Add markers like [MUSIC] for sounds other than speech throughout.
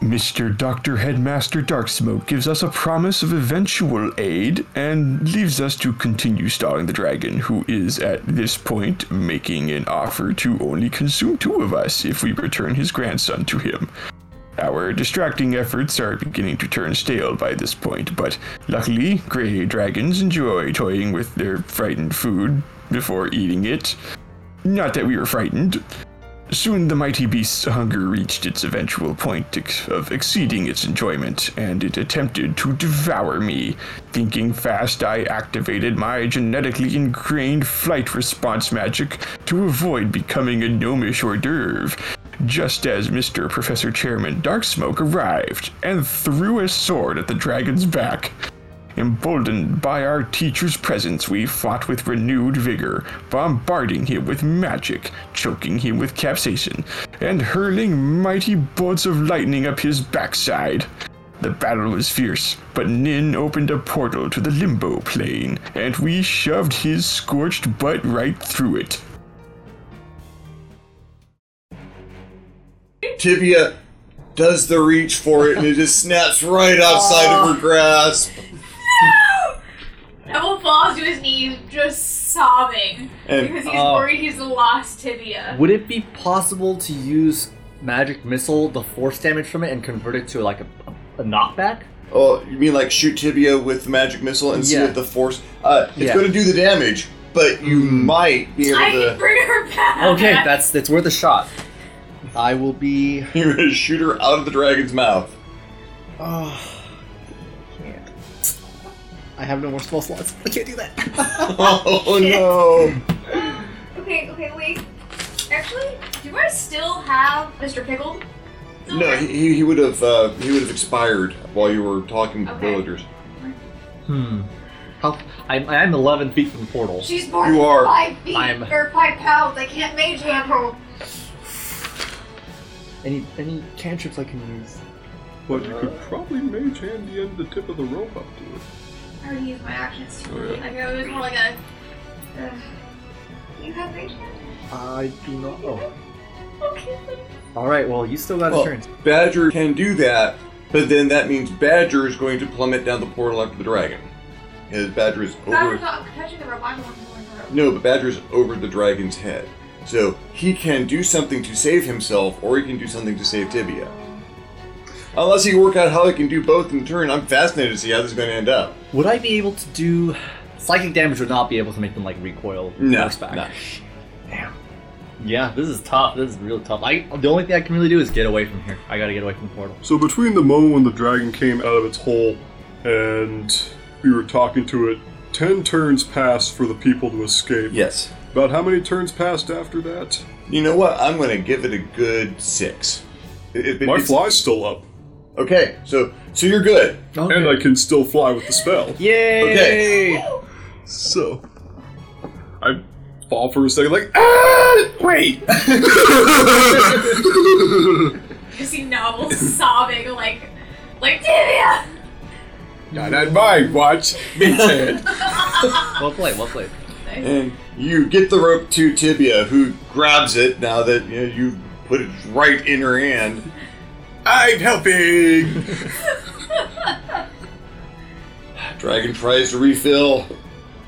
Mr. Dr. Headmaster Darksmoke gives us a promise of eventual aid and leaves us to continue stalling the dragon, who is at this point making an offer to only consume two of us if we return his grandson to him. Our distracting efforts are beginning to turn stale by this point, but luckily, gray dragons enjoy toying with their frightened food before eating it. Not that we were frightened. Soon the mighty beast's hunger reached its eventual point ex- of exceeding its enjoyment, and it attempted to devour me. Thinking fast, I activated my genetically ingrained flight response magic to avoid becoming a gnomish hors d'oeuvre. Just as Mr. Professor Chairman Darksmoke arrived and threw his sword at the dragon's back. Emboldened by our teacher's presence, we fought with renewed vigor, bombarding him with magic, choking him with capsaicin, and hurling mighty bolts of lightning up his backside. The battle was fierce, but Nin opened a portal to the limbo plane, and we shoved his scorched butt right through it. Tibia does the reach for it and it just snaps right outside Oh. of her grasp. Neville falls to his knees, just sobbing And- because he's Oh. worried he's lost tibia. Would it be possible to use magic missile, the force damage from it, and convert it to like a, a, a knockback? Oh, you mean like shoot Tibia with the magic missile and see Yeah. if the force. Uh, it's Yeah. Hmm. going to do the damage, but you might be able I to. [LAUGHS] can bring her back. Okay, that's that's worth a shot. I will be. You're going to shoot her out of the dragon's mouth. Oh, I can't. I have no more spell slots. I can't do that. [LAUGHS] Oh no! okay, okay, wait. Actually, do I still have Mr. Pickle? Still No, there? he- he, he would have uh, he would have expired while you were talking with the Okay. villagers. Hmm. How, I'm, I'm 11 feet from the portal. She's more You than are. five feet I'm- or five pounds. I can't mage hand her. Any any cantrips I can use? But you could probably mage hand the end the tip of the rope up to it. I already used my actions. Oh, yeah. Like it was more like a. Uh, you have mage hand? I do not. Oh. Okay. All right. Well, you still got Well, a turn. Badger can do that, but then that means Badger is going to plummet down the portal after the dragon. His Badger is over. Badger's not touching the revival one going for [LAUGHS] No, but Badger's over the dragon's head. So he can do something to save himself, or he can do something to save Tibia. Unless he can work out how he can do both in turn, I'm fascinated to see how this is going to end up. Would I be able to do psychic damage? Would not be able to make them like recoil. No, force back. no. Damn. Yeah, this is tough. This is real tough. I the only thing I can really do is get away from here. I gotta get away from the portal. So between the moment when the dragon came out of its hole and we were talking to it, ten turns passed for the people to escape. Yes. About how many turns passed after that? You know what? I'm going to give it a good six. It- it- My it's- fly's still up, Okay, so so you're good. and I can still fly with the spell. Yay! Okay. So I fall for a second, like ah, wait. You see Novel sobbing like, like [LAUGHS] Tibia. Not on my watch, meathead. Well played. Well played. And you get the rope to Tibia, who grabs it now that you, know, you put it right in her hand. I'm helping! Dragon tries to refill.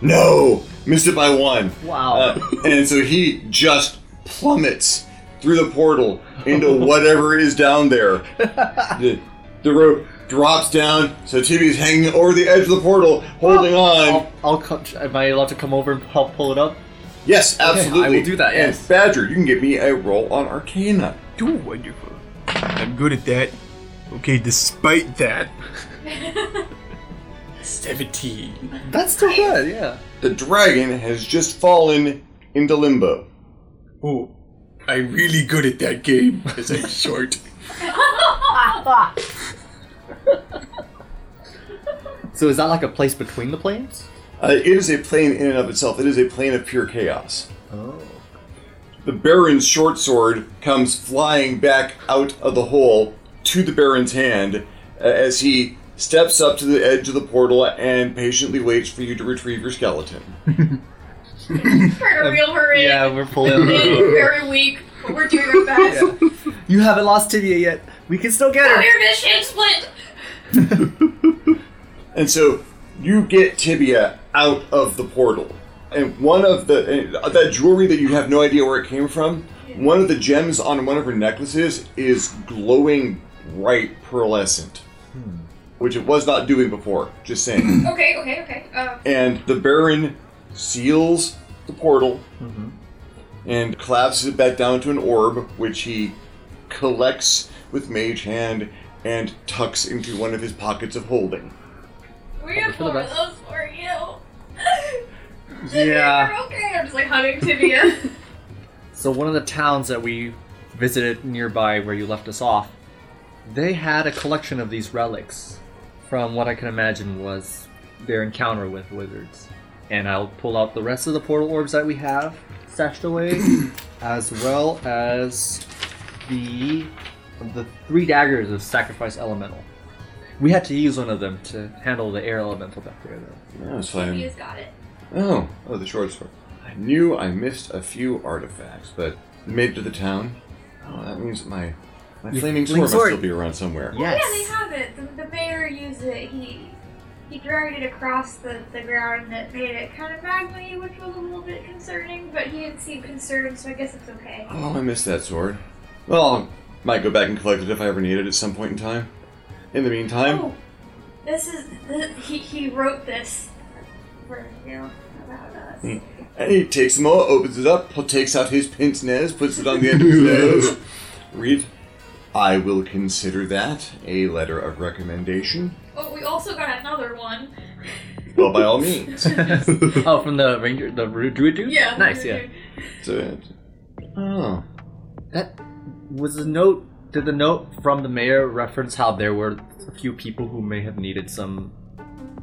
No! Missed it by one. Wow. Uh, and so he just plummets through the portal into whatever is down there. The, the rope drops down, so Tibia's hanging over the edge of the portal, holding on. I'll, I'll co- am I allowed to come over and help pull it up? Yes, absolutely. I will do that, And yes. Badger, you can give me a roll on Arcana. Do wonderful. I'm good at that. Okay, despite that, seventeen. That's still good. Yeah. The dragon has just fallen into limbo. Oh, I'm really good at that game. Cause I'm short. So is that like a place between the planes? Uh, it is a plane in and of itself. It is a plane of pure chaos. Oh. The Baron's short sword comes flying back out of the hole to the Baron's hand uh, as he steps up to the edge of the portal and patiently waits for you to retrieve your skeleton. Trying to reel her [LAUGHS] in. [LAUGHS] Yeah, we're pulling. Very weak. But we're doing our best. You haven't lost Tibia yet. We can still get [LAUGHS] Come her. here, bitch, and split! And so you get Tibia out of the portal. And one of the and that jewelry that you have no idea where it came from, one of the gems on one of her necklaces is glowing bright pearlescent, which it was not doing before. Just saying. [CLEARS THROAT] Okay, okay, okay. Uh, and the Baron seals the portal and collapses it back down to an orb, which he collects with mage hand and tucks into one of his pockets of holding. we have for the four of best. those for you. [LAUGHS] Yeah. You're okay. I'm just like hugging Tibia. So one of the towns that we visited nearby where you left us off, they had a collection of these relics from what I can imagine was their encounter with wizards. And I'll pull out the rest of the portal orbs that we have stashed away, as well as the the three daggers of sacrifice elemental. We had to use one of them to handle the air elemental back there though. That's Tibia's got it. Oh, oh, the short sword. I knew I missed a few artifacts, but made it to the town. Oh, that means my my Your flaming sword flaming must sword. still be around somewhere. Yeah, they have it. The, the bear used it. He he dragged it across the, the ground that made it kind of magma, which was a little bit concerning, but he didn't seem concerned, so I guess it's okay. Oh, I missed that sword. Well, might go back and collect it if I ever need it at some point in time. In the meantime, Oh, this is th he he wrote this for you know about us. And he takes them all, opens it up, pu- takes out his pince nez, puts it on the end of his [LAUGHS] nose. Read. I will consider that a letter of recommendation. Oh, we also got another one. Well, by all [LAUGHS] means. Yes. [LAUGHS] oh, from the ranger, the ru- druid dude. Yeah. Nice. Yeah. So, oh. That was the note. Did the note from the mayor reference how there were a few people who may have needed some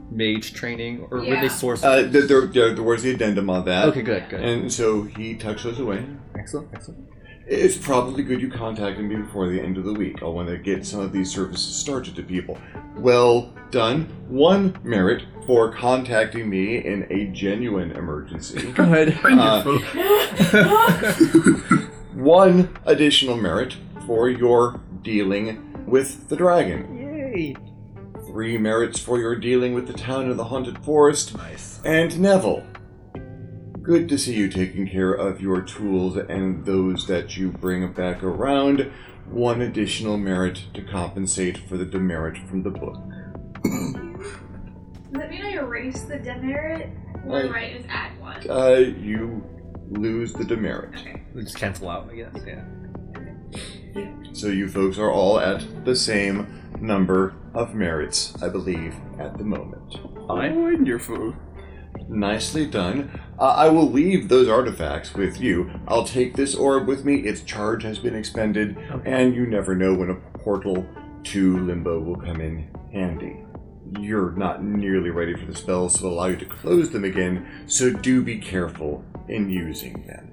mage training, or were Yeah. they sourced? Uh, there, there, there, there was the addendum on that. okay, good, good, And so he tucks those away. excellent, [LAUGHS] excellent. It's probably good you contacted me before the end of the week. I want to get some of these services started to people. Well done. One merit for contacting me in a genuine emergency. Good. Uh, one additional merit for your dealing with the dragon. Yay! Three merits for your dealing with the town of the haunted forest. Nice. And Neville. Good to see you taking care of your tools and those that you bring back around. One additional merit to compensate for the demerit from the book. Does that mean I erase the demerit? Like- Or right, it was add one. Uh, you lose the demerit. Okay. We just cancel out, I guess. Yeah. So you folks are all at the same number of merits, I believe, at the moment. Fine. Wonderful. Nicely done. Uh, I will leave those artifacts with you. I'll take this orb with me. Its charge has been expended, Okay. and you never know when a portal to Limbo will come in handy. You're not nearly ready for the spells to allow you to close them again, so do be careful in using them.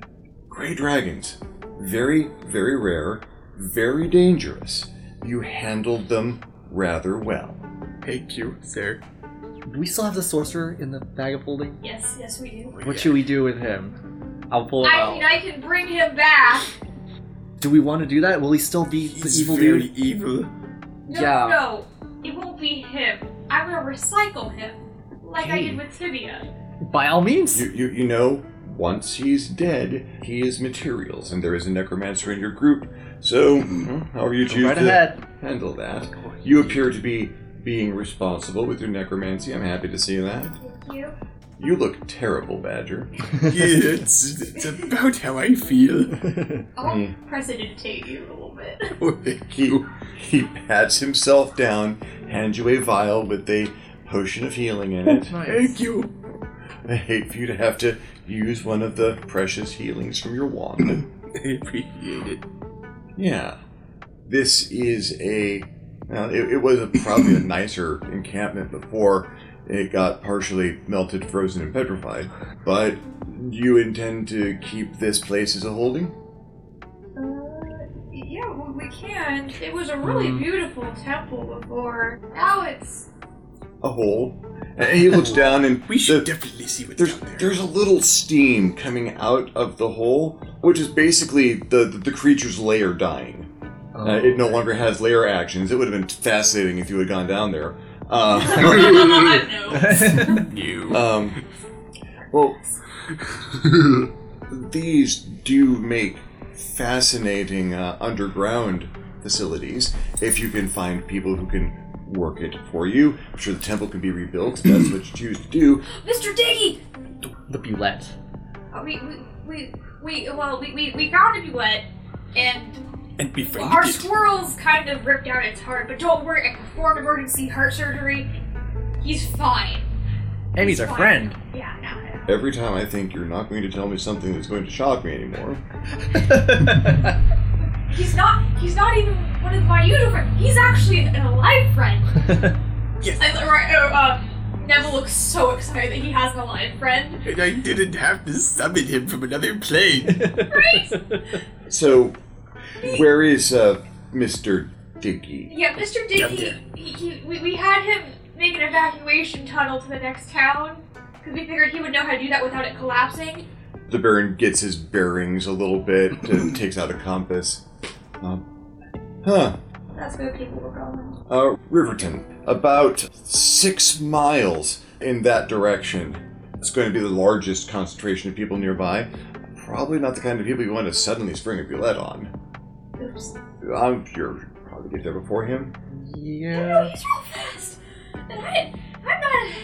Grey dragons. Very, very rare, very dangerous. You handled them rather well. Thank you, sir. Do we still have the sorcerer in the bag of holding? Yes, yes, we do. What should we do with him? I'll pull him I out. mean, I can bring him back. Do we want to do that? Will he still be the evil dude? evil. No, Yeah. no, it won't be him. I'm gonna recycle him, like I did with Tibia. By all means. You, you, you know, once he's dead, he is materials, and there is a necromancer in your group. So, Mm-hmm. hmm, however you choose Right to ahead. handle that, you appear to be being responsible with your necromancy. I'm happy to see that. Thank you. You look terrible, Badger. it's, it's about how I feel. I'll Yeah. presidentate you a little bit. [LAUGHS] Oh, thank He he pats himself down, hands you a vial with a potion of healing in it. you. I hate for you to have to use one of the precious healings from your wand. [LAUGHS] I appreciate it. Yeah. This is a. Well, it, it was a, [LAUGHS] probably a nicer encampment before it got partially melted, frozen, and petrified. But you intend to keep this place as a holding? Uh, yeah, well, we can. It was a really Hmm. beautiful temple before. Now it's. [LAUGHS] A hole? And [LAUGHS] he looks down and. We should the- definitely see what's there's, down there. there's a little steam coming out of the hole, which is basically the, the, the creature's layer dying. Uh, it Oh, no longer has layer actions. It would have been fascinating if you had gone down there. [LAUGHS] Uh, no. You. um, [LAUGHS] well, these do make fascinating uh, underground facilities if you can find people who can work it for you. I'm sure the temple can be rebuilt. if That's what you choose to do. Mr. Diggy! the Bulette. Uh, we, we, we, we, well, we, we, we found a duet, and and be Well, our friendly. squirrel's kind of ripped out its heart, but don't worry, I performed emergency heart surgery. He's fine. And he's our fine. friend. Yeah, no, no. Every time I think you're not going to tell me something that's going to shock me anymore. He's not he's not even one of my usual friends. He's actually an, an alive friend. Yes. And, right, uh, um, Neville looks so excited that he has an alive friend. And I didn't have to summon him from another plane. So, where is uh, Mr. Diggy? Yeah, Mr. Yep, Diggy, he, he, we, we had him make an evacuation tunnel to the next town because we figured he would know how to do that without it collapsing. The Baron gets his bearings a little bit and takes out a compass. Um, huh. That's where the people were going. Uh, Riverton, about six miles in that direction. It's going to be the largest concentration of people nearby. Probably not the kind of people you want to suddenly spring a roulette on. Oops. I'm sure you'll probably get there before him. No, yeah. he's real fast. And I, I'm not.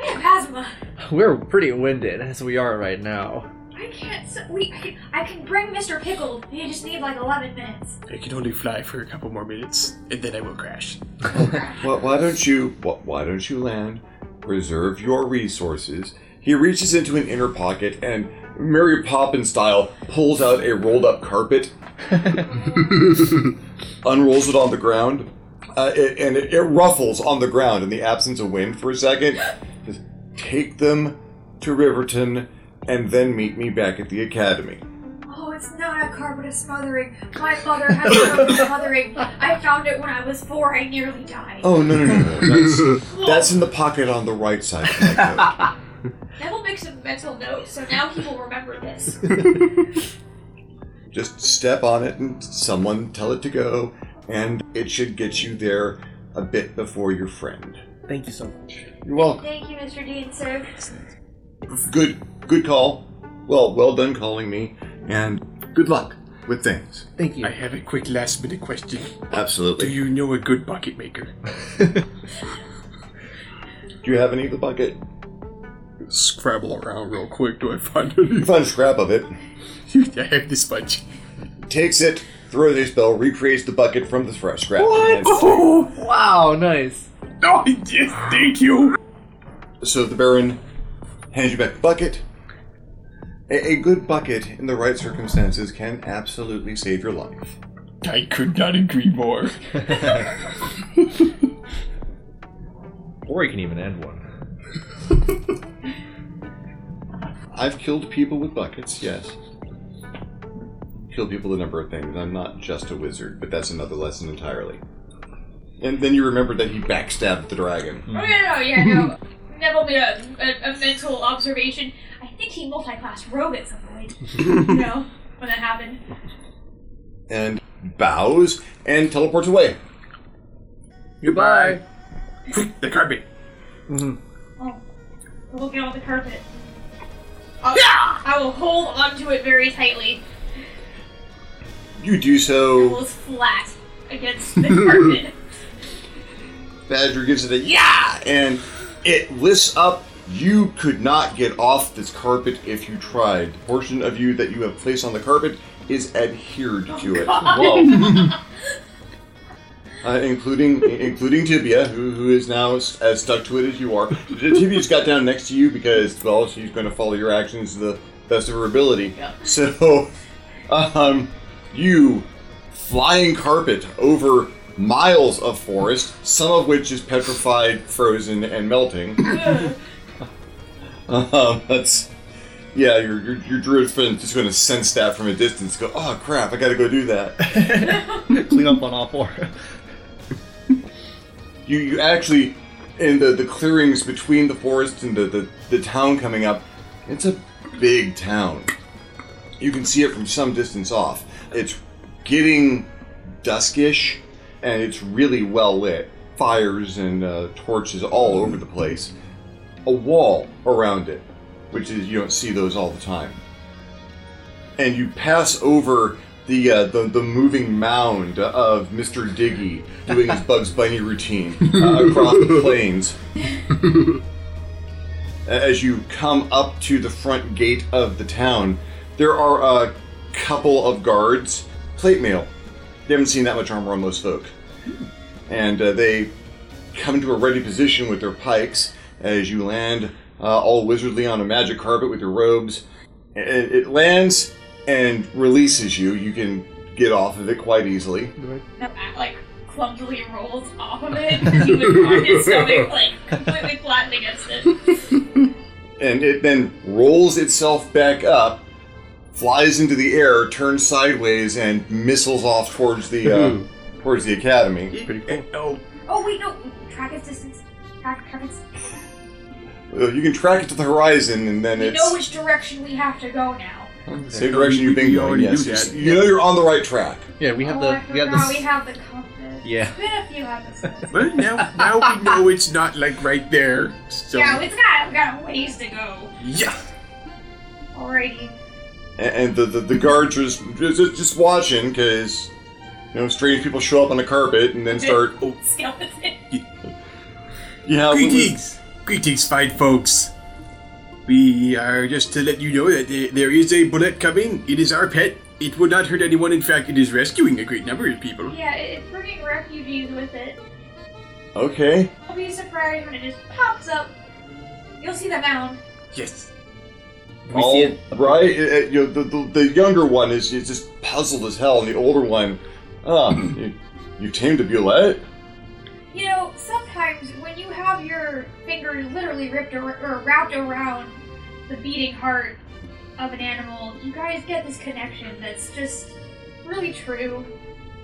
I have asthma. We're pretty winded as we are right now. I can't. s we. I can, I can bring Mr. Pickle. You just need like 11 minutes. I can only fly for a couple more minutes, and then I will crash. Well, why don't you? wh- Why don't you land? Preserve your resources. He reaches into an inner pocket and, Mary Poppins style, pulls out a rolled-up [LAUGHS] carpet, unrolls it on the ground, uh, it, and it, it ruffles on the ground in the absence of wind for a second. Says, Take them to Riverton, and then meet me back at the academy. Oh, it's not a carpet of smothering. My mother has a carpet of smothering. I found it when I was four. I nearly died. Oh no no no! no. [LAUGHS] That's, that's in the pocket on the right side. Of my coat. Neville makes a mental note, so now he will remember this. Just step on it and someone tell it to go, and it should get you there a bit before your friend. Thank you so much. You're welcome. Thank you, Mr. Dean, sir. Good, good call. Well, well done calling me, and good luck with things. Thank you. I have a quick last minute question. Do Absolutely. you know a good bucket maker? Do you have any of the bucket? Scrabble around real quick. Do I find any? [LAUGHS] You find a scrap of it, I have this much. takes it, throws a spell, recreates the bucket from the fresh scrap. and hands- Oh, [LAUGHS] Wow, nice. oh, yes, thank you. So the Baron hands you back the bucket. A, a good bucket, in the right circumstances, can absolutely save your life. I could not agree more. Or you can even end one. I've killed people with buckets, yes. Killed people a number of things. I'm not just a wizard, but that's another lesson entirely. And then you remember that he backstabbed the dragon. Oh, yeah, no, yeah, no. Neville made a, a, a mental observation. I think he multi-classed rogue at some point. you know, when that happened. And bows and teleports away. [LAUGHS] Goodbye. Quick, the carpet. Oh, we'll get on the carpet. I'll, I will hold onto it very tightly. You do It so. was flat against the [LAUGHS] carpet. Badger gives it a yeah! And it lifts up. You could not get off this carpet if you tried. The portion of you that you have placed on the carpet is adhered to it. uh, including including Tibia, who, who is now s- as stuck to it as you are. Tibia's got down next to you because, well, she's going to follow your actions to the best of her ability. Yeah. So, [LAUGHS] um, you flying carpet over miles of forest, some of which is petrified, frozen, and melting. um, that's. Yeah, your, your, your druid friend's just going to sense that from a distance. Go, oh crap! I got to go do that. Clean up on all four. you, you actually in the, the clearings between the forest and the, the, the town coming up it's a big town you can see it from some distance off it's getting duskish, and it's really well lit. Fires and uh, torches all over the place. A wall around it, which is you don't see those all the time. And you pass over the uh, the, the moving mound of Mr. Diggy doing his Bugs Bunny routine uh, across the plains. As you come up to the front gate of the town, there are a couple of guards, plate mail. They haven't seen that much armor on most folk. And uh, they come into a ready position with their pikes as you land uh, all wizardly on a magic carpet with your robes. It, it lands and releases you. You can get off of it quite easily. No, Matt, like, clumsily rolls off of it because he was on his stomach, like, completely flattened against it. and it then rolls itself back up, flies into the air, turns sideways, and missiles off towards the [LAUGHS] uh, towards the academy. Pretty cool. Oh, wait, no. Track its distance. Track, track its. Uh, You can track it to the horizon, and then We know it's which direction we have to go now. same direction you've been We going. already Yes, knew that. you know you're on the right track. [LAUGHS] Yeah, we have oh, the I we have forgot the we have the compass. Yeah. It's been a few episodes. But now, now we know it's not like right there. So, yeah, it's got, we got a ways to go. yeah. Alrighty. and, and the, the the guards are just just, just watching because you know strange people show up on the carpet and then start oh, Skeleton. Uh, yeah we- we- Greetings, greetings, fine folks. We are just to let you know that there, there is a bullet coming. It is our pet. It will not hurt anyone. In fact, it is rescuing a great number of [LAUGHS] people. Yeah, it- it's bringing refugees with it. okay I'll be surprised when it just pops up. You'll see the mound. Yes. we All see it. right, it- it- you know, the, the, the younger one is, is just puzzled as hell, and the older one, [CLEARS THROAT] ah, you, you tamed a Bulette? You know, sometimes when you have your finger literally ripped or, or wrapped around the beating heart of an animal, you guys get this connection that's just really true.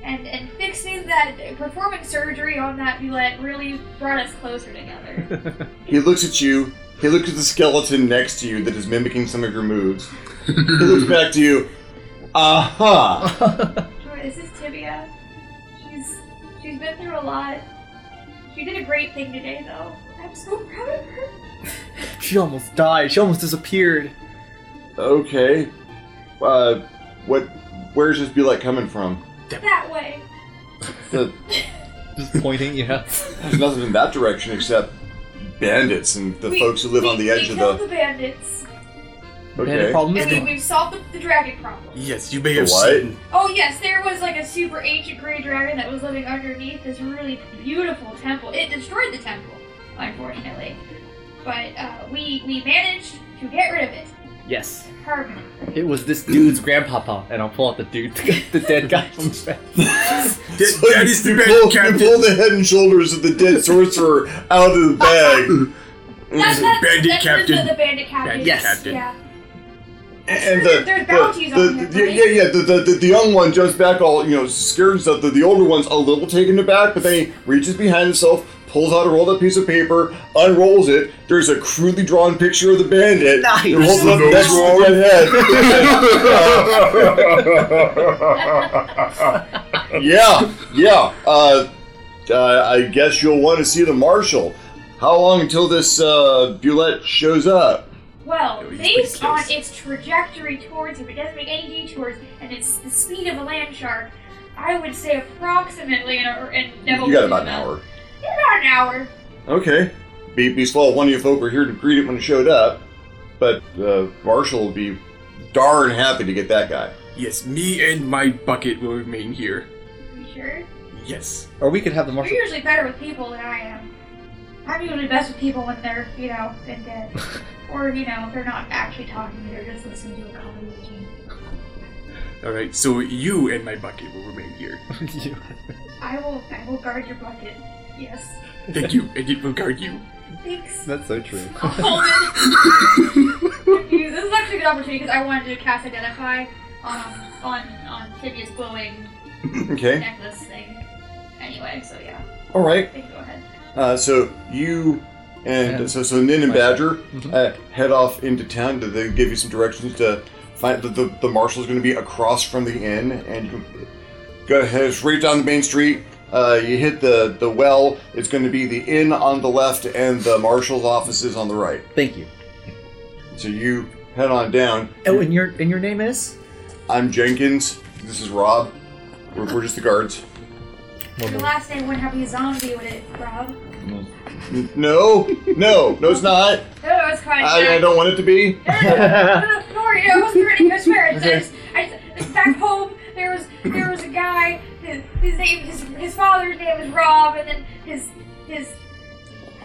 And and fixing that, performing surgery on that bullet really brought us closer together. He looks at you. He looks at the skeleton next to you that is mimicking some of your moves. he [LAUGHS] looks back to you. Aha! Troy, this is Tibia. She's she's been through a lot. She did a great thing today, though. I'm so proud of her. [LAUGHS] She almost died. She almost disappeared. Okay. Uh, what? Where's this Bulette coming from? That way. The, Just pointing. Yeah. there's nothing in that direction except bandits and the We- folks who live we- on the edge we of killed the. the bandits. [LAUGHS] And the Okay. problem I is mean, we've solved the, the dragon problem. Yes, you may The have what? seen. Oh yes, there was like a super ancient gray dragon that was living underneath this really beautiful temple. It destroyed the temple, unfortunately, but uh, we we managed to get rid of it yes. permanently. It was this dude's grandpapa, and I'll pull out the dude, the dead guy from the back. [LAUGHS] That, So that you- is the you red pull, you captain. pull the head and shoulders of the dead sorcerer out of the bag, That, that's, bandit that's where captain. The, the bandit captain. Bandit Yes. captain. Yeah. and There- the, there's the- bounties the- on there, the- right? yeah, yeah, the, the, the, the young one jumps back, all you know, scared and stuff. The, the older one's a little taken aback, but then he reaches behind himself, pulls out a rolled up piece of paper, unrolls it. There's a crudely drawn picture of the bandit. Nice. He holds it up Nose next to the dead head. yeah, yeah. Uh, uh, I guess you'll want to see the marshal. How long until this uh, Bulette shows up? Well, he's pretty based on close. its trajectory towards him, it doesn't make any detours, and it's the speed of a land shark. I would say approximately in, a, in You got about an hour. About an hour. Okay. Be, be slow. One of you folk were here to greet it when it showed up, but uh, Marshall will be darn happy to get that guy. Yes, me and my bucket will remain here. You sure? Yes. Or we could have the marshal. [LAUGHS] You're usually better with people than I am. I'm usually best with people when they're, you know, been dead. [LAUGHS] or, you know, they're not actually talking, they're just listening to a comedy routine. All right. So you and my bucket will remain here. You- I will I will guard your bucket. Yes. Thank you, and it will guard you. [LAUGHS] Thanks. That's so true. Dude, this is actually a good opportunity because I wanted to cast identify on on on Tibia's glowing Okay. necklace thing. Anyway, so yeah. All right. They can go ahead. Uh, so you and And- so so Nin and Badger uh, head off into town. To, they give you some directions to find the the, the marshal's going to be across from the inn, and you can Go head straight down the main street. Uh, you hit the, the well. It's going to be the inn on the left and the marshal's offices on the right. Thank you. So you head on down. Oh, and your and your name is? I'm Jenkins. This is Rob. We're, we're just the guards. Your last name wouldn't have to be zombie, would it, Rob? No, no, no, it's not. No, no, it's [LAUGHS] fine. I, I don't want it to be. No, no, no, [LAUGHS] no, [LAUGHS] no, don't worry, I wasn't ready. I swear. I just, I just, back home, there was there was a guy. His, his name, his, his father's name was Rob, and then his his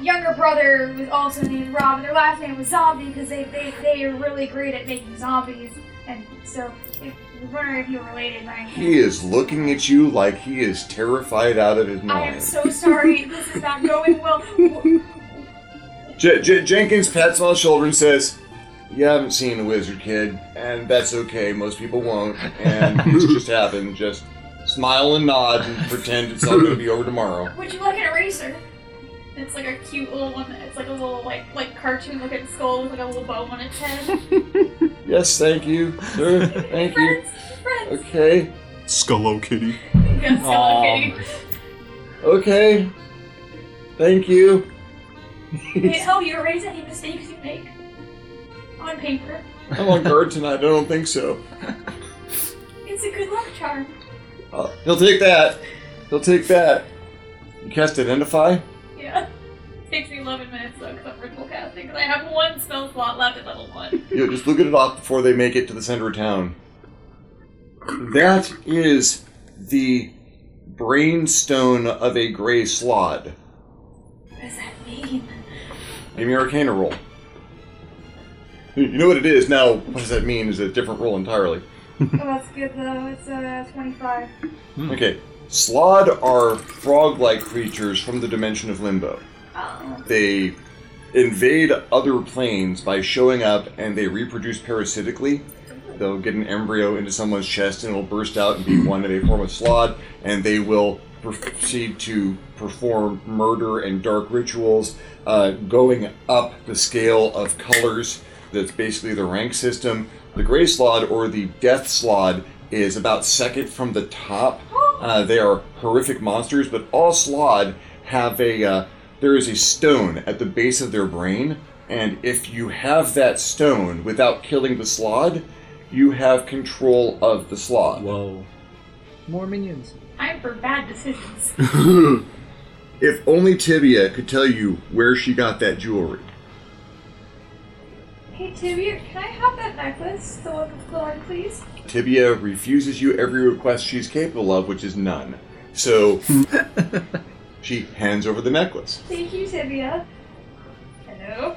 younger brother was also named Rob, and their last name was Zombie because they, they they are really great at making zombies. And so, if I was wondering if you were related, I He is looking at you like he is terrified out of his I am mind. so sorry. This is not going well. [LAUGHS] W- Je- Je- Jenkins pats him on the shoulder and says, "You haven't seen the wizard, kid, and that's okay. Most people won't, [LAUGHS] and it's just happened. Just smile and nod and pretend it's all going to be over tomorrow." Would you like an eraser? It's like a cute little one. It's like a little like like cartoon looking skull with like a little bow on its head. [LAUGHS] Yes, thank you, sir. Thank you. friends, friends. Okay, Skullo Kitty. Yes, Hello Kitty. okay. Thank you. They help you erase any mistakes you make on paper. I'm on guard tonight. I don't think so. It's a good luck charm. Uh, he'll take that. He'll take that. You cast identify. Yeah. Takes me 11 minutes though, because I'm ritual casting, because I have one spell slot left at level 1. You know, just look at it off before they make it to the center of town. That is the brainstone of a gray slod. What does that mean? Give me your arcana roll. You you know what it is now. What does that mean? Is a different roll entirely. [LAUGHS] oh, that's good though. It's uh, 25. Okay, slod are frog-like creatures from the dimension of limbo. Oh. They invade other planes by showing up, and they reproduce parasitically. They'll get an embryo into someone's chest and it'll burst out and be one, and they form a slod, and they will proceed to perform murder and dark rituals, uh, going up the scale of colors. That's basically the rank system. The gray slod or the death slod is about second from the top. Uh, they are horrific monsters, but all slod have a. Uh, there is a stone at the base of their brain, and if you have that stone without killing the slod, you have control of the slot. Whoa. More [LAUGHS] minions. I'm for bad decisions. [LAUGHS] If only Tibia could tell you where she got that jewelry. hey Tibby, can I have that necklace? The one with glowing, please? Tibia refuses you every request she's capable of, which is none. So she hands over the necklace. Thank you, Tibia. Hello?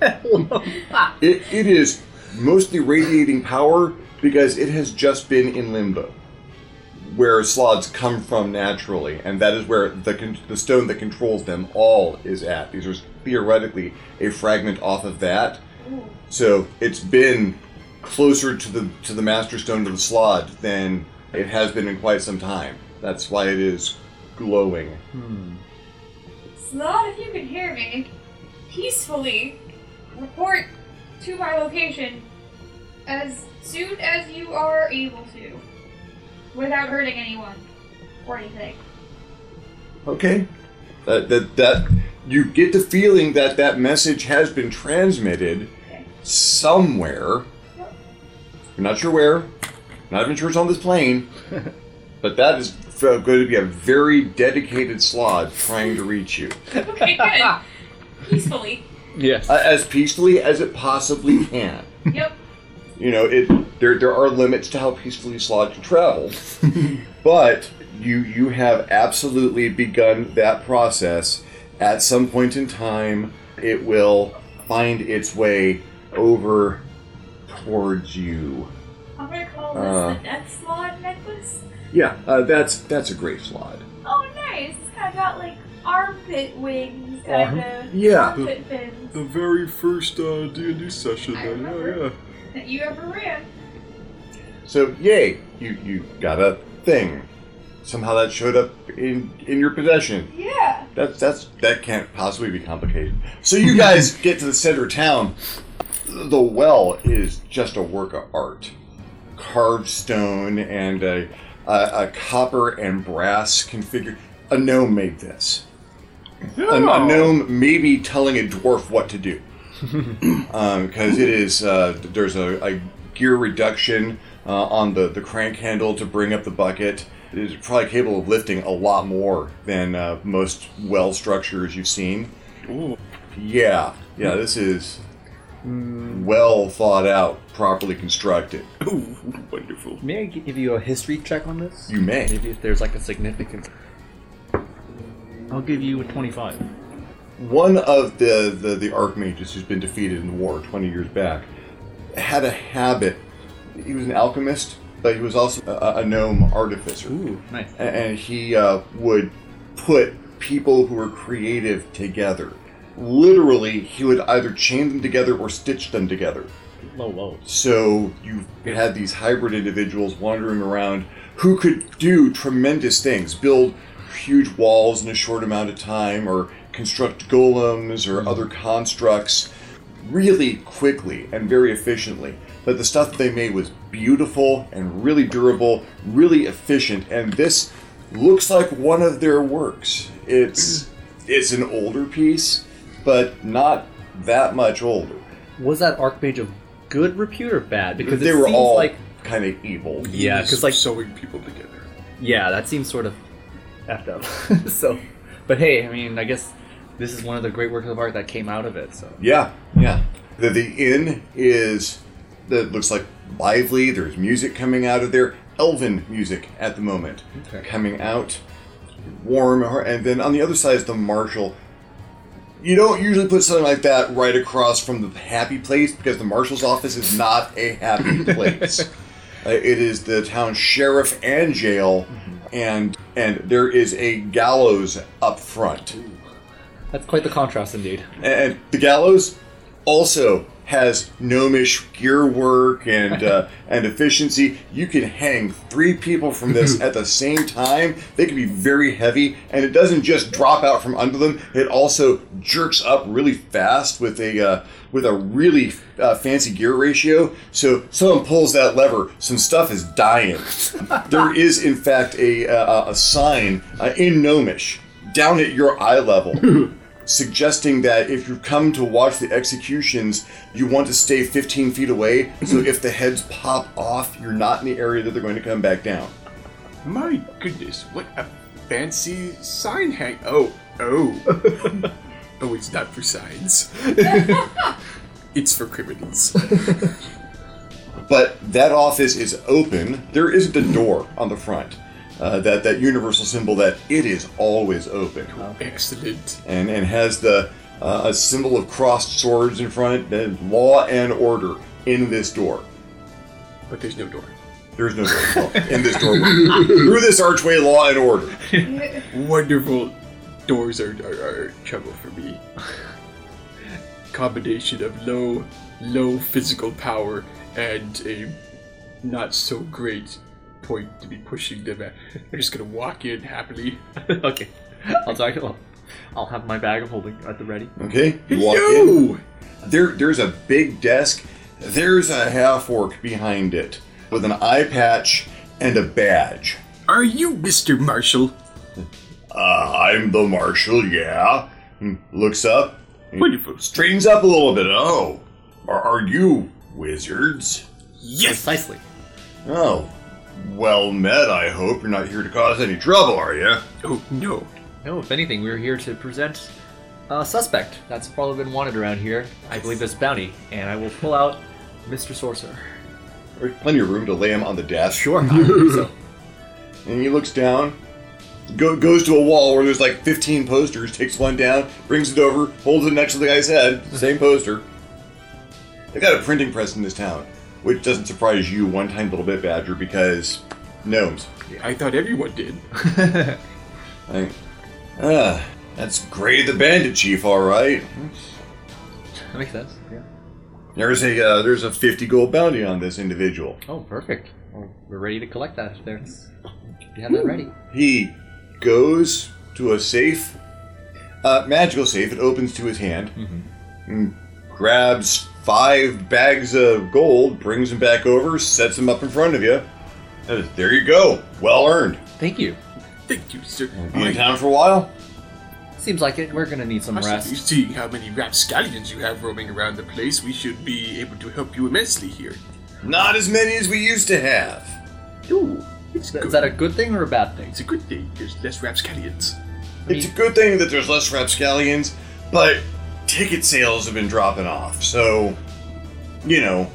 Hmm. It, it is mostly radiating power because it has just been in limbo, where slots come from naturally, and that is where the con- the stone that controls them all is at. These are theoretically a fragment off of that, so it's been closer to the to the master stone to the slot than it has been in quite some time. That's why it is glowing. Slot, if you can hear me, peacefully report to my location as soon as you are able to, without hurting anyone or anything. Okay. That, that, that you get the feeling that that message has been transmitted somewhere. You're not sure where. Not even sure it's on this plane. But that is f- going to be a very dedicated slot trying to reach you Okay, good. peacefully. Yes. uh, as peacefully as it possibly can. Yep. you know it there there are limits to how peacefully slod can [LAUGHS] travel but you you have absolutely begun that process at some point in time it will find its way over towards you I'm gonna call this Uh. the Death Slot necklace. yeah uh, that's that's a great slot Oh, nice. It's kind of got like armpit wings, kind of. yeah. Armpit fins The very first uh, D&D session. I then, remember. Yeah, yeah. that you ever ran. so yay you you got a thing somehow that showed up in in your possession Yeah. That's that's that can't possibly be complicated. So you guys get to the center of town. The well is just a work of art, carved stone and a, uh, a copper and brass configured. A gnome made this. A, a Oh. gnome maybe telling a dwarf what to do. Because Um, it is, uh, there's a, a gear reduction uh, on the, the crank handle to bring up the bucket. It is probably capable of lifting a lot more than uh, most well structures you've seen. Yeah, yeah, this is well thought out, properly constructed. Ooh, wonderful. May I give you a history check on this? You may. Maybe if there's like a significant. I'll give you a 25. One of the, the, the archmages who's been defeated in the war 20 years back had a habit. He was an alchemist, but he was also a, a gnome artificer. Ooh, nice. A- And he uh, would put people who were creative together. Literally, he would either chain them together or stitch them together. Low, low. So you had these hybrid individuals wandering around who could do tremendous things, build huge walls in a short amount of time, or construct golems or other constructs really quickly and very efficiently. But the stuff they made was beautiful and really durable, really efficient, and this looks like one of their works. It's it's an older piece, but not that much older. Was that Archmage of good repute or bad? Because they it were seems all like. kind of evil. Yeah, because like. sewing people together. Yeah, that seems sort of effed up. [LAUGHS] so. But hey, I mean, I guess this is one of the great works of art that came out of it, so. Yeah, yeah. The, the inn is that looks like lively. There's music coming out of there. Elven music at the moment Okay. coming out, warm. And then on the other side is the marshal. You don't usually put something like that right across from the happy place because the marshal's office is not a [LAUGHS] happy place. Uh, it is the town sheriff and jail, Mm-hmm. and and there is a gallows up front. That's quite the contrast indeed. And the gallows also has gnomish gear work and uh, and efficiency. You can hang three people from this at the same time. They can be very heavy, and it doesn't just drop out from under them. It also jerks up really fast with a uh, with a really uh, fancy gear ratio. So someone pulls that lever, some stuff is dying. there is in fact a uh, a sign uh, in gnomish down at your eye level suggesting that if you come to watch the executions, you want to stay 15 feet away. So if the heads pop off, you're not in the area that they're going to come back down. My goodness, what a fancy sign hang. Oh, oh. [LAUGHS] oh, it's not for signs. it's for criminals. [LAUGHS] But that office is open. There isn't a door on the front. Uh, that that universal symbol that it is always open, Excellent. and and has the uh, a symbol of crossed swords in front. Of it, the law and order in this door. But there's no door. There's no door Well, in this doorway. Through this archway, law and order. [LAUGHS] Wonderful. Doors are, are, are trouble for me. Combination of low, low physical power and a not so great point to be pushing them at. I'm just gonna walk in happily. [LAUGHS] okay. I'll talk to I'll have my bag of holding at the ready. Okay, you walk in. No! There, there's a big desk. There's a half orc behind it with an eye patch and a badge. Are you Mr. Marshall? Uh, I'm the marshal, yeah. Hmm, Looks up, Hmm, Wonderful. straightens up a little bit. Oh, are, are you wizards? Yes! Precisely. Oh, well met, I hope. You're not here to cause any trouble, are you? Oh, no. No, if anything, we are here to present a suspect that's probably been wanted around here. I believe this bounty, and I will pull out Mr. [LAUGHS] Sorcerer. There's plenty of room to lay him on the desk. Sure. [LAUGHS] I believe so. And he looks down, go, goes to a wall where there's like 15 posters, takes one down, brings it over, holds it next to the guy's head, same poster. They've got a printing press in this town, which doesn't surprise you one tiny little bit, Badger, because gnomes. I thought everyone did. Like, ah, that's Gray the Bandit Chief, all right. That makes sense. Yeah. There's a uh, there's a 50 gold bounty on this individual. Oh, perfect. Well, we're ready to collect that. If there's, you have that ready. He goes to a safe, uh, magical safe. It opens to his hand, and grabs five bags of gold, brings them back over, sets them up in front of you. Uh, There you go. Well earned. Thank you. Thank you, sir. Mm-hmm. You in town for a while? Seems like it. We're gonna need some You rest. see how many rapscallions you have roaming around the place. We should be able to help you immensely here. Not as many as we used to have. Ooh, it's Is good. that a good thing or a bad thing? it's a good thing. There's less rapscallions. It's a good thing that there's less rapscallions, but ticket sales have been dropping off. So, you know,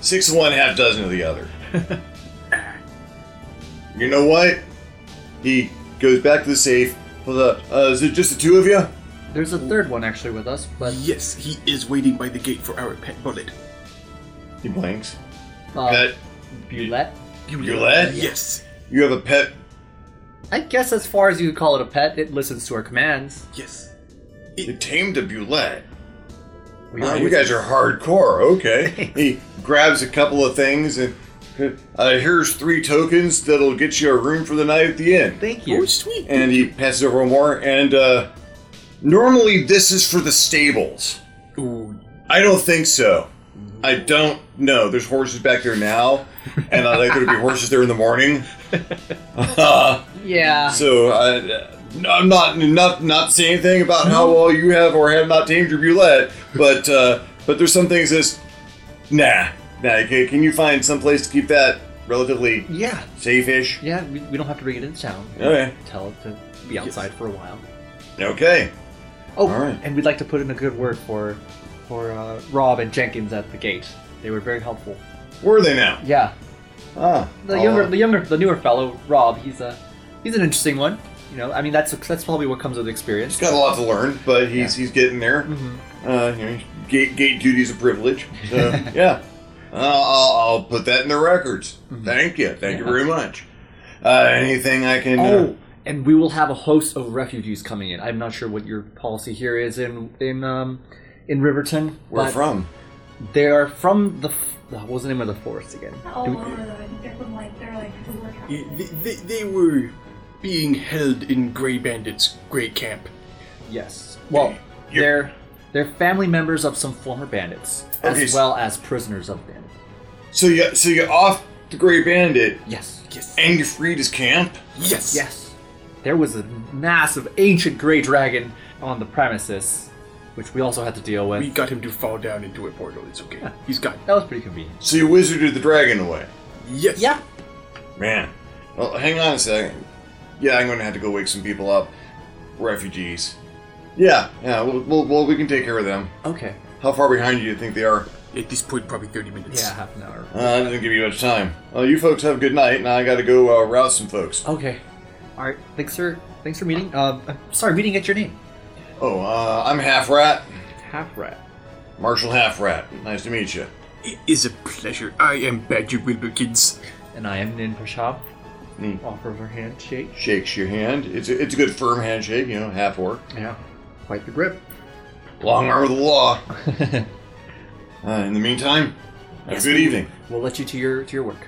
six of one, half dozen of the other. you know what? He goes back to the safe. Pulls out, uh, is it just the two of you? There's a third one actually with us, but Yes, he is waiting by the gate for our pet bullet. He blinks. uh, pet Bulette. Bulette? Uh, Yes, You have a pet. I guess as far as you could call it a pet, it listens to our commands. yes. You tamed a Bulette. We Wow, you guys are hardcore. [LAUGHS] Okay. he grabs a couple of things and uh, here's three tokens that'll get you a room for the night at the inn. Thank Oh, you. sweet. and he passes over one more. And uh, normally this is for the stables. Ooh, I don't think so. I don't know. There's horses back there now, and I like there to be horses there in the [LAUGHS] morning. Uh, Yeah. so I, uh, I'm not not not saying anything about how well you have or have not tamed your roulette, but uh, but there's some things that's nah nah. Can, can you find some place to keep that relatively yeah. safe-ish? Oh, Yeah. We, we don't have to bring it into town. Okay, Tell it to be outside for a while. okay. Oh, All right. and we'd like to put in a good word for for uh, Rob and Jenkins at the gate. They were very helpful. Where are they now? Yeah. Ah, The I'll, younger, uh, the younger, the newer fellow, Rob. He's a he's an interesting one. You know, I mean, that's that's probably what comes with experience. He's got a lot to learn, but he's he's getting there. Uh, you know, gate gate duty's a privilege. [LAUGHS] So yeah, I'll, I'll, I'll put that in the records. Mm-hmm. Thank you, thank you very much. Uh, anything I can? uh, Oh, and we will have a host of refugees coming in. I'm not sure what your policy here is in in um in Riverton. where but from? They are from the. f- oh, What was the name of the forest again? Not all over though. Oh, I think they're from like they're like the workout. they, they, they were being held in Grey Bandit's Grey Camp. Yes. Well, they're they're family members of some former bandits, as Okay, so- well as prisoners of bandits. So you so you're off the Grey Bandit Yes. Yes. and you freed his camp. Yes. Yes. There was a massive ancient gray dragon on the premises, which we also had to deal with. We got him to fall down into a portal. It's okay. He's got. that was pretty convenient. So you wizarded the dragon away. Yes. Yeah. Man, well, hang on a second. Yeah, I'm gonna have to go wake some people up. Refugees. Yeah, yeah. Well, well, well we can take care of them. Okay. How far behind do you think they are? At this point, probably 30 minutes. Yeah, half an hour. Uh, I didn't give you much time. Well, you folks have a good night, and I gotta go uh, rouse some folks. Okay. All right. Thanks for thanks for meeting. Uh, I'm sorry, we didn't get your name. Oh, uh, I'm Half Rat, Half rat. Marshall Half Rat. Nice to meet you. It is a pleasure. I am Badger Wilburkins. And I am Nin Prashab. Mm. Offers her handshake. Shakes your hand. It's a, it's a good firm handshake, you know, half orc. Yeah. Quite the grip. Long arm of the law. [LAUGHS] Uh, in the meantime, have a good evening. We'll let you to your to your work.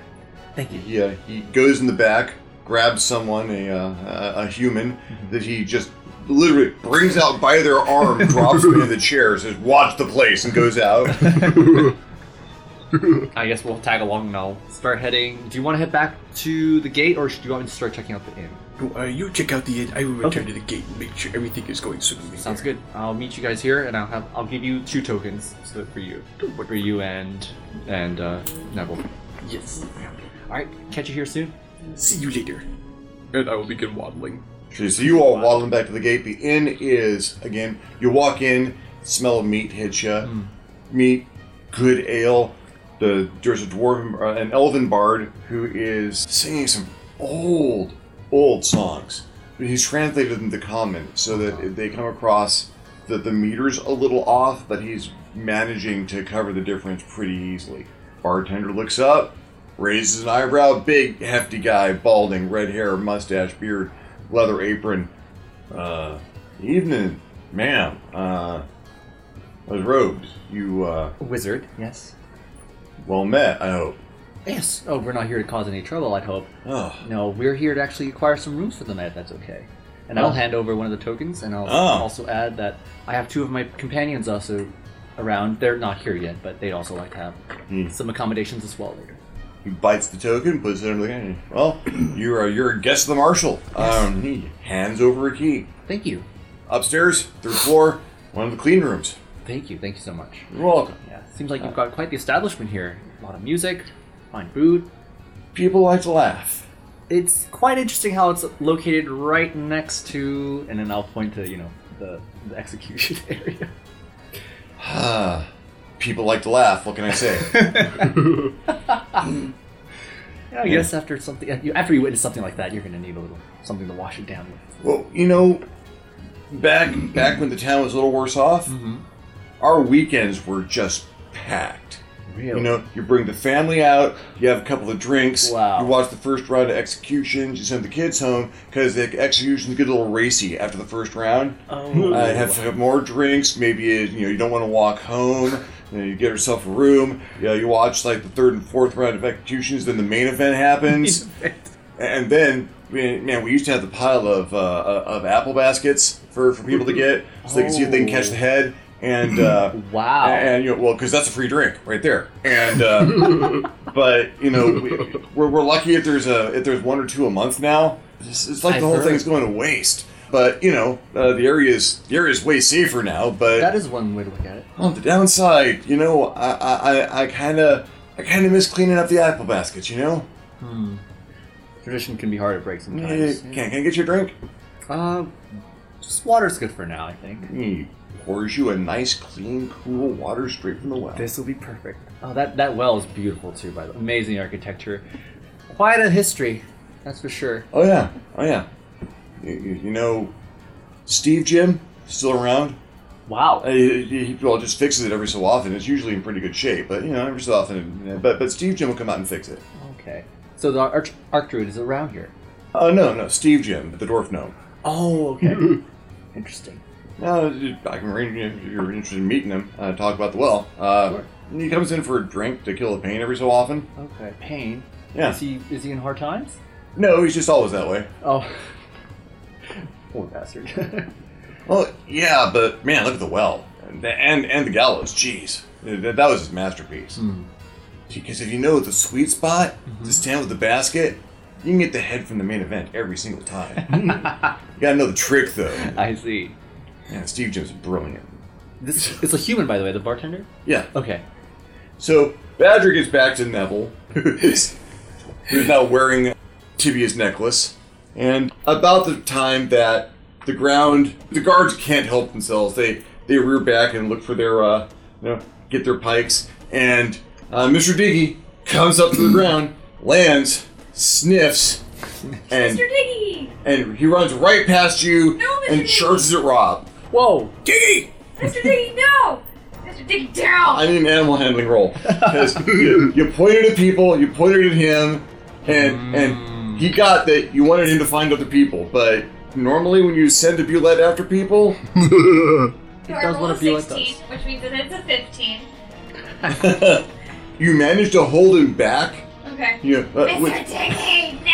Thank you. He, uh, he goes in the back, grabs someone, a, uh, a, a human, that he just literally brings out by their arm, drops them in the chair, says, watch the place, and goes out. I guess we'll tag along now. Start heading. Do you want to head back to the gate, or should you want me to start checking out the inn? Uh, you check out the inn. I will return Okay. to the gate and make sure everything is going smoothly. Sounds good. I'll meet you guys here, and I'll have I'll give you two tokens so for you, for you and and uh, Neville. Yes. All right, catch you here soon. See you later. And I will begin [LAUGHS] waddling. So you all waddling back to the gate. The inn is again. You walk in, smell of meat hits you. Meat, good ale. The there's a dwarven, uh, an elven bard who is singing some old, old songs. But he's translated them to common so that they come across that the meter's a little off, but he's managing to cover the difference pretty easily. Bartender looks up, raises an eyebrow, big, hefty guy, balding, red hair, mustache, beard, leather apron. Uh, evening, ma'am. Uh, those robes, you, uh, Wizard. Yes. well met, I hope. Yes. Oh, we're not here to cause any trouble. I hope. Oh, No, we're here to actually acquire some rooms for the night. if That's okay. And I'll Oh. hand over one of the tokens, and I'll Oh. also add that I have two of my companions Hmm. also around. They're not here yet, but they'd also like to have some accommodations as well later. He bites the token, puts it under the guy. Well, [CLEARS THROAT] you are you're a guest of the marshal. Um, he hands over a key. Thank you. Upstairs, third floor, one of the clean rooms. Thank you. Thank you so much. You're welcome. Yeah, Uh, seems like you've got quite the establishment here. A lot of music, fine food. People like to laugh. It's quite interesting how it's located right next to, and then I'll point to you know the, the execution [LAUGHS] area. Ah, People like to laugh. What can I [LAUGHS] say? Yeah, I guess after something, after you witness something like that, you're gonna need a little something to wash it down with. Well, you know, back back when the town was a little worse off, our weekends were just packed. Really? You know, you bring the family out, you have a couple of drinks, Wow. you watch the first round of executions, you send the kids home because the executions get a little racy after the first round. Oh. Uh, have, have more drinks. Maybe uh, you know you don't want to walk home. You, know, you get yourself a room. You, know, you watch like the third and fourth round of executions. Then the main event [LAUGHS] happens, and then we- man, we used to have the pile of uh, of apple baskets for, for people to Mm-hmm. get, so they can see if they can catch Oh. the head. And [CLEARS THROAT] uh, Wow. and you know, well, because that's a free drink right there. And [LAUGHS] uh, but you know, we, we're, we're lucky if there's a if there's one or two a month now. It's, it's like I've the whole heard. thing's going to waste. But you know, uh, the area is the area is way safer now. But That is one way to look at it. on the downside, you know, I I- I I kind of I kind of miss cleaning up the apple baskets. You know, Tradition can be hard to break Eh, sometimes. can can I get you a drink? Uh, just water's good for now, I think. He pours you a nice, clean, cool water straight from the well. This will be perfect. Oh, that, that well is beautiful too, by the way. Amazing architecture. Quite a history, that's for sure. Oh yeah, oh yeah. You, you, you know, Steve Jim still around. Uh, Wow. he, he- he- well, just fixes it every so often. It's usually in pretty good shape, but you know, every so often. you know, but but Steve Jim will come out and fix it. Okay. So the arch- Arcdruid is around here. Oh no, no, Steve Jim, the dwarf gnome. Oh, okay. Interesting. No, I can arrange if you're interested in meeting him. Uh, talk about the well. Uh, Sure. He comes in for a drink to kill the pain every so often. Okay. Pain. Yeah. Is he is he in hard times? No, he's just always that way. Oh. [LAUGHS] Poor bastard. Well, yeah, but man, look at the well and and, and the gallows. Jeez, that, that was his masterpiece. Because if you know the sweet spot to stand with the basket, you can get the head from the main event every single time. you gotta know the trick though. [LAUGHS] I see. Yeah, Steve Jobs is brilliant. This it's a human, by the way, the bartender. Yeah. Okay. So Badger gets back to Neville, [LAUGHS] who's who's now wearing Tibia's necklace. And about the time that the ground, the guards can't help themselves. They they rear back and look for their, uh, you know, get their pikes. And uh, Mr. Diggy comes up to the ground, lands, [LAUGHS] sniffs, and Mr. Diggy! and he runs right past you No, Mr. and Diggy. charges at Rob. Whoa. Diggy! Mr. Diggy, no! Mr. Diggy, down! I need an animal handling roll because [LAUGHS] you, you pointed at people, you pointed at him, and and he got that you wanted him to find other people. But normally, when you send a bullet after people, so does I what rolled a a bullet 16, does. which means that it's a 15. you managed to hold him back. Okay. You know, uh, Mr. with- Diggy,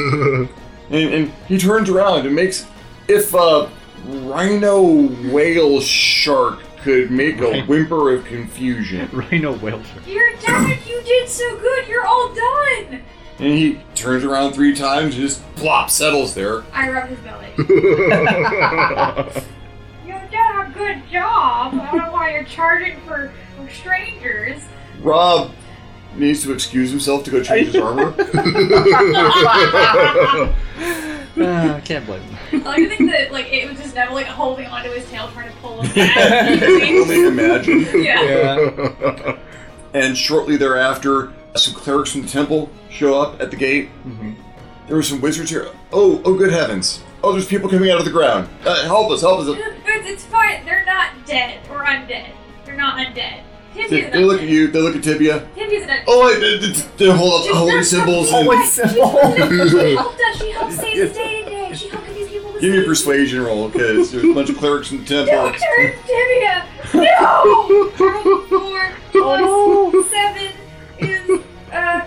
no! and, and he turns around and makes if a rhino whale shark could make a whimper of confusion. Rhino [LAUGHS] whale shark. You're done! You did so good! You're all done! And he turns around three times and just plop settles there. I rub his belly. You've done a good job. I don't know why you're charging for, for strangers. Rob needs to excuse himself to go change his armor. Uh, can't blame him. I like to think that like it was just Neville like holding onto his tail trying to pull him [LAUGHS] back. only imagine. [LAUGHS] yeah. And shortly thereafter, some clerics from the temple show up at the gate. Mm-hmm. There were some wizards here. Oh, oh, good heavens! Oh, there's people coming out of the ground. Uh, help us! Help us! It's, it's fine. They're not dead or undead. They're not undead. They, Tibby's they look at undead. you. They look at Tibia. Tibby's [LAUGHS] an undead. Oh, wait, they, they, they hold up the holy symbols. Oh, And [LAUGHS] Oh, She helped us. She helped save us day to [LAUGHS] day. She helped these people to give me a save- persuasion roll because there's a bunch of clerics from the temple. Don't turn Tibia! No! Four [LAUGHS] plus seven is, uh,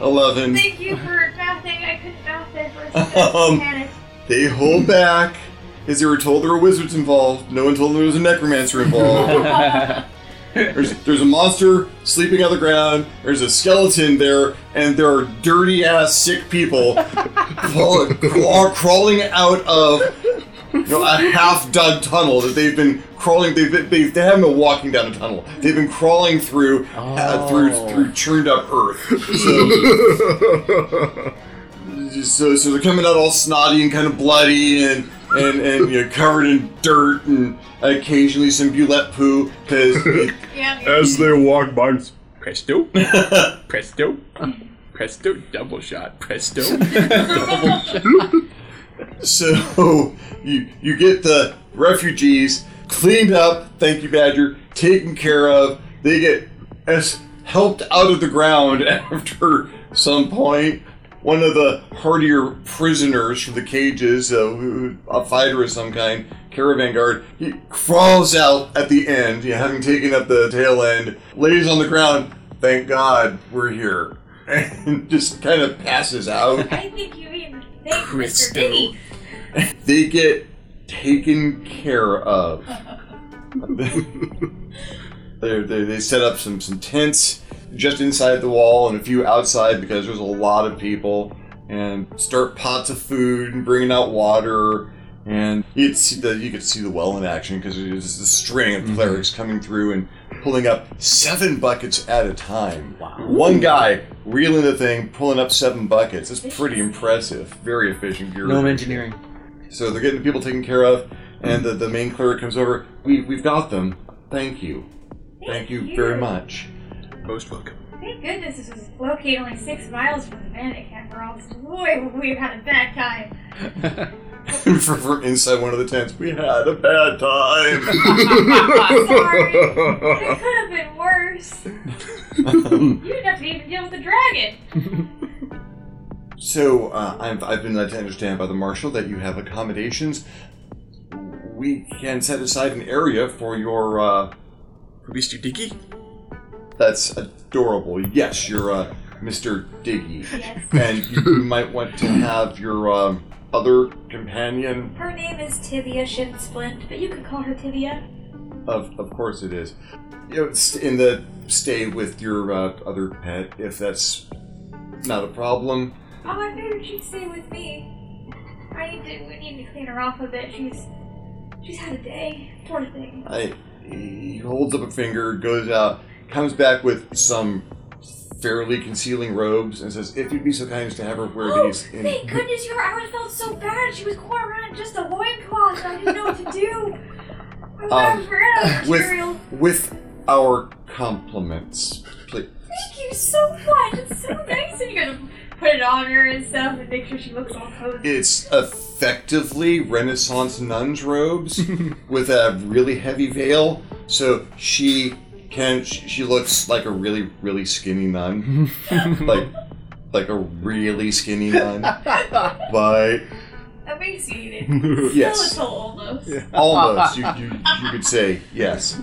Eleven. thank you for mathing. I couldn't math there for a second. Um, I panicked. They hold back [LAUGHS] because they were told there were wizards involved. No one told them there was a necromancer involved. There's, there's a monster sleeping on the ground. There's a skeleton there, and there are dirty ass sick people crawl, craw- crawling out of you know, a half dug tunnel that they've been crawling. They've been, they've, they haven't been walking down a tunnel. They've been crawling through uh, through through churned up earth. So, so so they're coming out all snotty and kind of bloody and. And, and you know, covered in dirt and occasionally some bulette poo because Yeah. As they walk by, it's- [LAUGHS] Presto. Presto. Presto. Double [LAUGHS] shot. Presto. So [LAUGHS] you you get the refugees cleaned up, thank you, Badger, taken care of. They get as helped out of the ground [LAUGHS] after some point. One of the hardier prisoners from the cages, uh, who- a fighter of some kind, caravan guard, he crawls out at the end, you know, having taken up the tail end, lays on the ground. Thank God we're here, [LAUGHS] and just kind of passes out. I think you mean thank Mr. Christo. Piggy. they get taken care of. they, they, they set up some, some tents just inside the wall and a few outside because there's a lot of people and start pots of food and bringing out water and you could see the, you could see the well in action because there's the string of clerics coming through and pulling up seven buckets at a time. Wow. One guy reeling the thing, pulling up seven buckets. It's pretty impressive. Very efficient. gear. Gnome engineering. So they're getting people taken care of, and the, the main cleric comes over. We, we've got them. Thank you. Thank you very much. [LAUGHS] Most welcome. Thank goodness this is located only six miles from the bandit camp, or else boy, we've had a bad time. From- From inside one of the tents, we had a bad time. [LAUGHS] Sorry, it could have [LAUGHS] been worse. You didn't have to even deal with the dragon. so uh, I've, I've been led to understand by the marshal that you have accommodations. We can set aside an area for your. Uh, Mr. Diggy? that's adorable. Yes, your uh, Mr. Diggy. [LAUGHS] Yes. And you, you might want to have your um, other companion Her name is Tibia Shinsplint, but you can call her Tibia. Of, of course it is. You know, st- in the stay with your uh, other pet if that's not a problem. Oh, I figured she'd stay with me. I need to. We need to clean her off a bit. She's she's had a day, sort of thing. I, he holds up a finger, goes out, comes back with some fairly concealing robes, and says, "If you'd be so kind as to have her wear Oh, these." In- thank goodness your hours felt so bad. She was going around in just a loincloth. I didn't know what to do. I thought I was ran out of material. Um, with with our compliments, please. Thank you so much. It's so nice of you to put it on her and stuff and make sure she looks all cozy. It's effectively Renaissance nuns' robes with a really heavy veil, so she can she she looks like a really really skinny nun, like like a really skinny nun, but [LAUGHS] Emaciated, yes, skeletal almost. almost you, you you could say yes.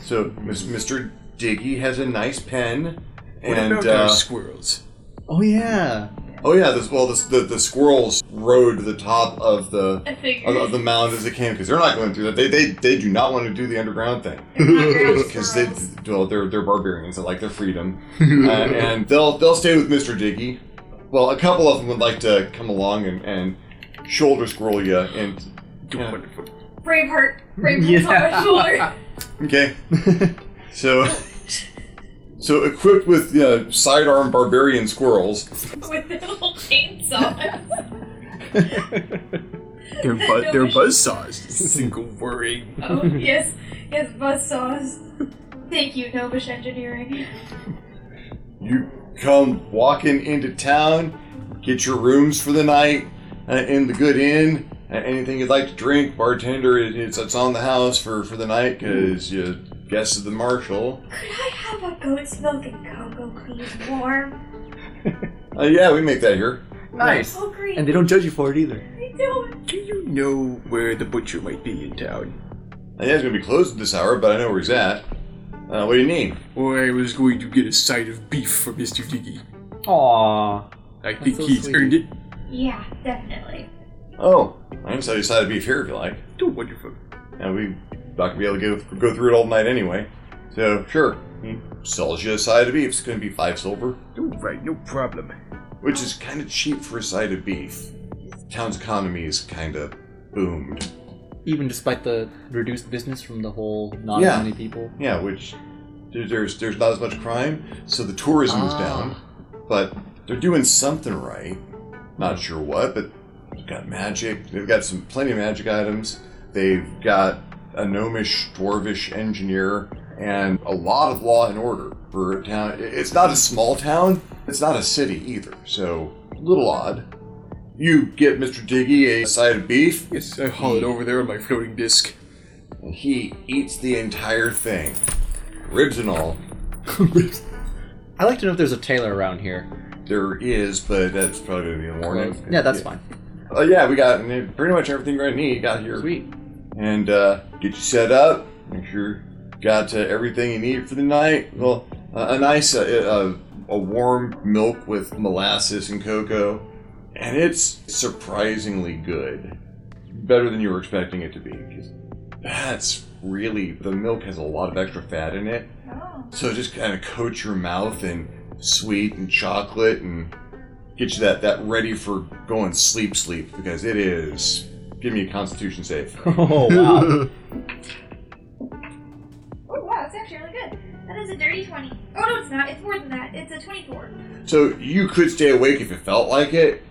So Miss- Mr. Diggy has a nice pen, What and about uh, our squirrels? Oh yeah. oh yeah, this well this, the the squirrels rode to the top of the I of, of figured. the mound as they can because they're not going through that. They, they they do not want to do the underground thing [LAUGHS] because they Because well they're they're barbarians. They like their freedom, uh, and they'll they'll stay with Mister Diggy. Well, a couple of them would like to come along and, and shoulder squirrel you and Yeah. Wonderful. Braveheart, Braveheart's on my shoulder. [LAUGHS] okay. so so equipped with you know, sidearm barbarian squirrels, with the little chainsaw. They're, bu- they're buzzsaws. [LAUGHS] Single worry. oh, yes, yes, buzz saws. Thank you, Novish Engineering. You come walking into town, get your rooms for the night uh, in the good inn. Uh, anything you'd like to drink, bartender, it, it's, it's on the house for, for the night because you guest of the marshal. Could I have a goat's milk and cocoa, please, warm? Uh, yeah, we make that here. Nice. Oh, great. And they don't judge you for it either. I don't. Do you know where the butcher might be in town? Uh, yeah, it's going to be closed at this hour, but I know where he's at. Uh, what do you need? Or I was going to get a side of beef for Mr. Diggy. Aw. I think so he's sweet. earned it. Yeah, definitely. Oh, I can sell you a side of beef here if you like. Oh, wonderful. And we not going to be able to go, go through it all night anyway. So, sure. He sells you a side of beef. It's going to be five silver, Oh, right, no problem. which is kind of cheap for a side of beef. Town's economy is kind of boomed. Even despite the reduced business from the whole not Yeah. as many people. Yeah, which there- there's there's not as much crime, so the tourism's Ah. down. But they're doing something right. Not sure what, but they've got magic. They've got some plenty of magic items. They've got a gnomish, dwarvish engineer, and a lot of law and order for a town. I- It's not a small town. It's not a city either, so a little odd. You get Mr. Diggy a side of beef, Yes, I haul it over there on my floating disc. and he eats the entire thing, ribs and all. I'd like to know if there's a tailor around here. There is, but that's probably gonna be a warning. Yeah, that's fine. Oh yeah, we got uh, pretty much everything you're gonna need. Got here, Sweet. [LAUGHS] and uh, get you set up. Make sure you got uh, everything you need for the night. Well, uh, a nice, uh, uh, a warm milk with molasses and cocoa, and it's surprisingly good. Better than you were expecting it to be. 'cause that's really the milk has a lot of extra fat in it. Oh. So just kind of coat your mouth in sweet and chocolate and get you that that ready for going sleep sleep because it is. Give me a Constitution save. Oh wow. [LAUGHS] oh, wow, it's actually really good. That is a dirty 20. Oh, no, it's not. It's more than that. It's a 24. So you could stay awake if it felt like it,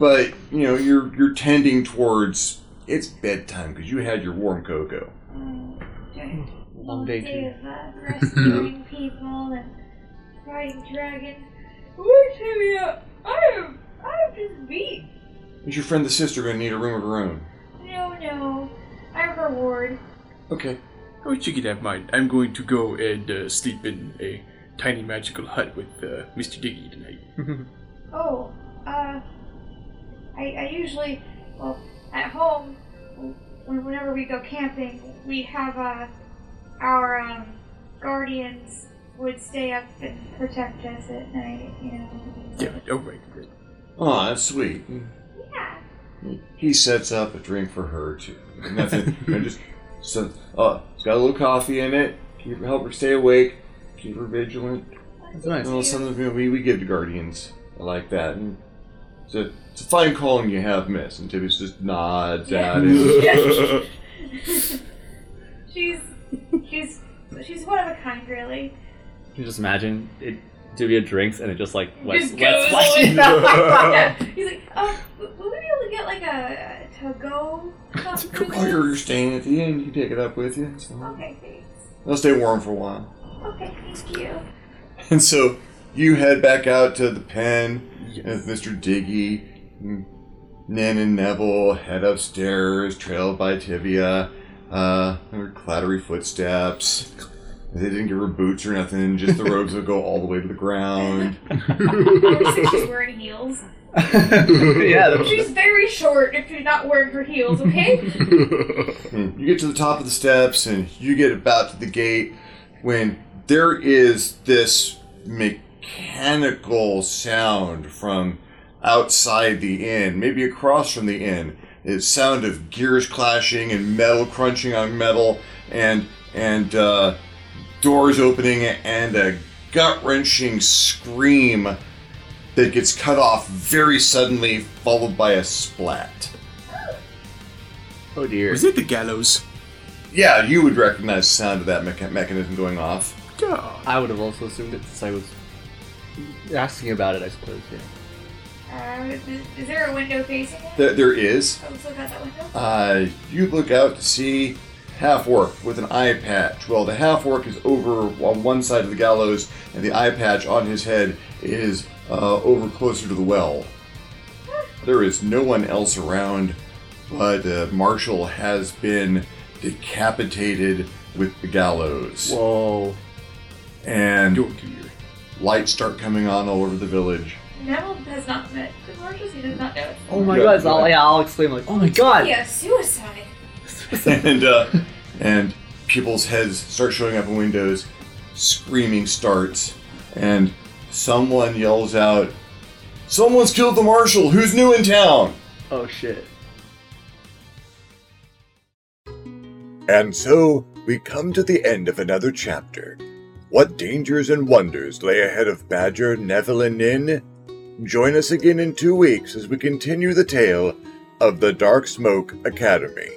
but you know you're you're tending towards it's bedtime because you had your warm cocoa. Um, giant Long day too. of, [LAUGHS] uh, rescuing people and fighting dragons. Woo, Tibia! I'm, I'm just beat. Is your friend the sister gonna need a room of her own? No, no. I'm her ward. Okay. I wish you could have mine. I'm going to go and uh, sleep in a tiny magical hut with uh, Mr. Diggy tonight. Oh, uh, I, I usually, well, at home, when, whenever we go camping, we have, uh, our, um, guardians would stay up and protect us at night, you know. Yeah, oh, right. Oh, that's sweet. Yeah. He sets up a drink for her too. And that's it. And just so, uh, it's got a little coffee in it. Keep her, help her stay awake. Keep her vigilant. That's nice. And all something you know, we, we give to guardians. I like that. And it's a, it's a fine calling you have, Miss. And Tibby's just nods at it. [LAUGHS] She's, she's, she's one of a kind, really. Can you just imagine it? Dubia drinks and it just like lets, Just goes lets fly. away. yeah. He's like, oh, w- would we be able to get, like, a, a to-go? cup or Oh, you're, something? you're staying at the inn. You take it up with you. It's fine. Okay, thanks. They'll stay warm for a while. [LAUGHS] Okay, thank you. And so you head back out to the pen with Mr. Diggy. and Nan and Neville head upstairs, trailed by Tivia, uh, her clattery footsteps. They didn't give her boots or nothing, just the robes that go all the way to the ground. Obviously, she's wearing heels. [LAUGHS] yeah, that was- She's very short if she's not wearing her heels, [LAUGHS] okay? And Hmm. you get to the top of the steps and you get about to the gate when there is this mechanical sound from outside the inn, maybe across from the inn. It's sound of gears clashing and metal crunching on metal and and uh, doors opening and a gut wrenching scream that gets cut off very suddenly, followed by a splat. oh dear. Was it the gallows? Yeah, you would recognize the sound of that mecha- mechanism going off. Yeah. I would have also assumed it since I was asking about it, I suppose, yeah. Uh, is, is there a window facing it? There, there is. Oh, so got that window? Uh, you look out to see half orc with an eye patch. Well, the half orc is over on one side of the gallows, and the eye patch on his head is uh, over closer to the well. There is no one else around, but uh, Marshall has been decapitated with the gallows. Whoa. And Don't do your lights start coming on all over the village. Neville has not met the marshals, he does not know it. Oh my Yeah, god, I'll, yeah. yeah, I'll exclaim like, oh my god! Yeah, suicide. [LAUGHS] [LAUGHS] and uh, and people's heads start showing up in windows. Screaming starts, and someone yells out, "Someone's killed the marshal. Who's new in town?" Oh shit. And so, we come to the end of another chapter. What dangers and wonders lay ahead of Badger Nevelin Inn? Join us again in two weeks as we continue the tale of the Dark Smoke Academy.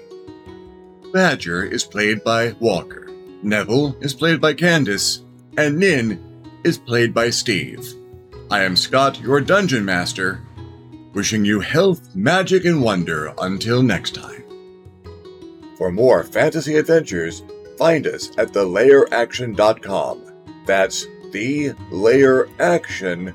Badger is played by Walker, Neville is played by Candace, and Nin is played by Steve. I am Scott, your dungeon master, wishing you health, magic, and wonder until next time. For more fantasy adventures, find us at thelayer.action.com. That's thelayer.action.com.